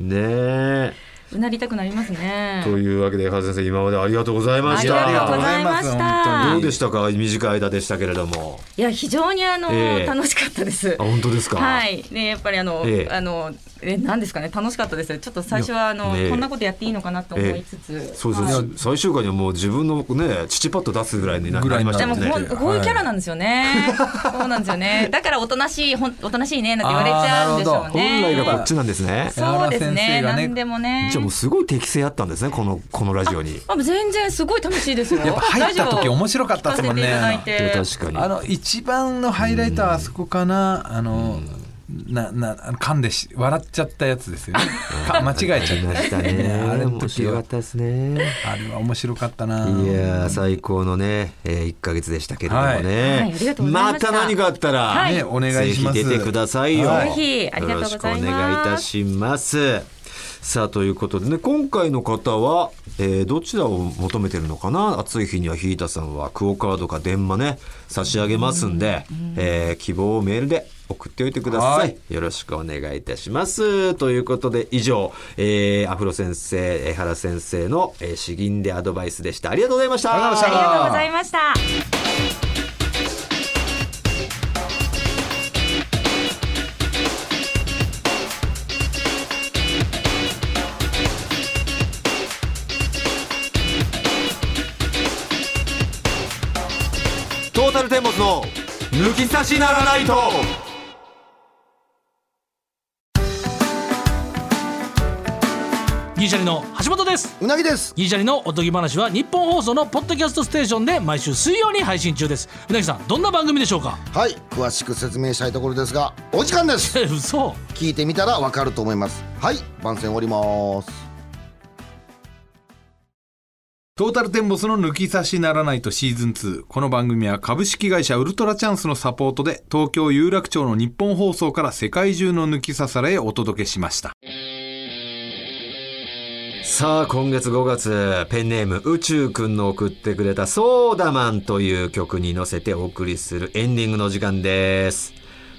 [SPEAKER 1] ねえ
[SPEAKER 6] うなりたくなりますね
[SPEAKER 1] というわけでハ先生今までありがとうございま
[SPEAKER 6] あ
[SPEAKER 1] し
[SPEAKER 6] りが
[SPEAKER 1] た
[SPEAKER 6] とうございまし
[SPEAKER 3] あ
[SPEAKER 1] ど
[SPEAKER 6] た
[SPEAKER 1] うでしたか短い間でしたけれども
[SPEAKER 6] いや非常にあの、
[SPEAKER 1] ええ
[SPEAKER 6] 楽しかったです
[SPEAKER 1] あ本当ですか
[SPEAKER 6] はいねやっぱりあの、
[SPEAKER 1] ええ
[SPEAKER 6] あのえなんですかね楽しかったですちょっと最初はあ
[SPEAKER 1] い
[SPEAKER 6] の、
[SPEAKER 1] やねえ
[SPEAKER 6] こんなことやっていいのかなと思いつつ、
[SPEAKER 1] そうそう、
[SPEAKER 6] はい
[SPEAKER 1] 最終回にはもう自分のね父パッド出すぐらいにな
[SPEAKER 3] ぐ
[SPEAKER 1] な
[SPEAKER 3] らい
[SPEAKER 1] り
[SPEAKER 3] に
[SPEAKER 1] ま
[SPEAKER 3] な
[SPEAKER 1] し
[SPEAKER 3] っ
[SPEAKER 1] て
[SPEAKER 6] で
[SPEAKER 1] たも
[SPEAKER 6] も
[SPEAKER 1] んね
[SPEAKER 6] こうこういうキャラなんですよね。そうなんですよね。だからおとなしいほんおとなしいねなんて言われちゃうんでしょう
[SPEAKER 1] 本来
[SPEAKER 6] ね。
[SPEAKER 1] がこっちなんですね
[SPEAKER 6] そうです
[SPEAKER 3] 矢原
[SPEAKER 6] ね。
[SPEAKER 3] 先生が
[SPEAKER 6] な
[SPEAKER 3] ね
[SPEAKER 6] んでもね。
[SPEAKER 1] じゃあもうすごい適性あったんですねこのこのラジオに
[SPEAKER 6] あ全然すごい楽しいですよ。
[SPEAKER 3] やっぱ入った時面白かったですもんね
[SPEAKER 6] ラジオ聞かせていただいて
[SPEAKER 1] 確かに
[SPEAKER 3] あの一番のハイライトはあそこかな、あの、ななあの噛んでし笑っちゃったやつですよねか間違えちゃ
[SPEAKER 1] ま
[SPEAKER 3] っ
[SPEAKER 1] したたね
[SPEAKER 3] あ
[SPEAKER 1] あ
[SPEAKER 3] れ
[SPEAKER 1] れ
[SPEAKER 3] の
[SPEAKER 1] 面
[SPEAKER 3] 時
[SPEAKER 1] 白か
[SPEAKER 3] は
[SPEAKER 1] ったですね
[SPEAKER 3] あれは面白かったない
[SPEAKER 1] やー最高のね、えー、1か月でしたけれどもね、
[SPEAKER 6] はいはいありがとうございました
[SPEAKER 1] た何かあったら、
[SPEAKER 6] はい
[SPEAKER 3] ねお願いします
[SPEAKER 1] ぜひ出てくださいよ、
[SPEAKER 3] はい
[SPEAKER 6] ぜひありが
[SPEAKER 1] よ
[SPEAKER 6] とうございます
[SPEAKER 1] ろしくお願いいたしますさあということでね今回の方は、えーどちらを求めてるのかな暑い日にはひいたさんはクオ・カードか電話ね差し上げますんで、えー希望をメールで送っておいてくださ
[SPEAKER 3] はいい
[SPEAKER 1] よろしくお願いいたします。ということで以上、えーアフロ先生、えー原先生の、えー詩吟でアドバイスでした。ありがとうございました。
[SPEAKER 3] ありがとうございました
[SPEAKER 6] ありがとうございました。
[SPEAKER 1] トータルテンボスの抜き差しならないと。
[SPEAKER 7] ギリシャリの橋本です
[SPEAKER 8] うなぎです
[SPEAKER 7] ギリシャリのおとぎ話は日本放送のポッドキャストステーションで毎週水曜に配信中ですうなぎさんどんな番組でしょうか
[SPEAKER 8] はい詳しく説明したいところですがお時間です
[SPEAKER 7] え嘘
[SPEAKER 8] 聞いてみたらわかると思いますはい番宣終わります
[SPEAKER 3] トータルテンボスの抜き差しならないとシーズン2。この番組は株式会社ウルトラチャンスのサポートで東京有楽町の日本放送から世界中の抜き差されへお届けしました。
[SPEAKER 1] さあ今月5月ペンネーム宇宙くんの送ってくれたソーダマンという曲に乗せてお送りするエンディングの時間です。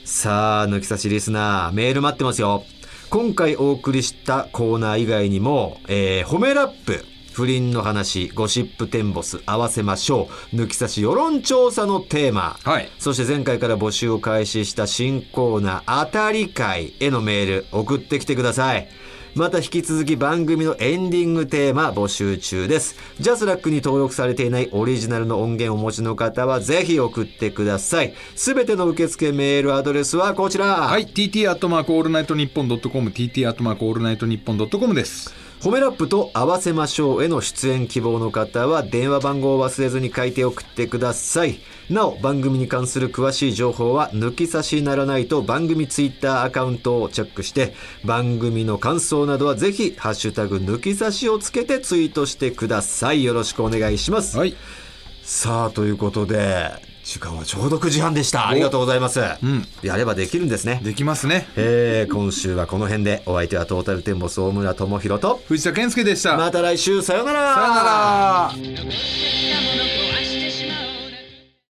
[SPEAKER 1] さあ抜き差しリスナーメール待ってますよ。今回お送りしたコーナー以外にも、えー褒めラップ不倫の話、ゴシップテンボス合わせましょう、抜き差し世論調査のテーマ、
[SPEAKER 3] はい
[SPEAKER 1] そして前回から募集を開始した新コーナー当たり会へのメール送ってきてください。また引き続き番組のエンディングテーマ募集中です。ジャスラックに登録されていないオリジナルの音源をお持ちの方はぜひ送ってください。すべての受付メールアドレスはこちら。
[SPEAKER 3] はい TT アットマークオールナイトニッポンドットコム TT アットマークオールナイトニッポンドットコムです。
[SPEAKER 1] 褒めラップと合わせましょうへの出演希望の方は電話番号を忘れずに書いて送ってくださいなお番組に関する詳しい情報は抜き差しならないと番組ツイッターアカウントをチェックして番組の感想などはぜひ「ハッシュタグ抜き差し」をつけてツイートしてくださいよろしくお願いします、
[SPEAKER 3] はい。
[SPEAKER 1] さあということで時間はちょうど9時半でしたありがとうございます、
[SPEAKER 3] ん
[SPEAKER 1] やればできるんですね
[SPEAKER 3] できますね。
[SPEAKER 1] えー今週はこの辺でお相手はトータルテンボス大村智広と
[SPEAKER 3] 藤田健介でした。
[SPEAKER 1] また来週さようなら
[SPEAKER 3] さよなら。
[SPEAKER 6] 「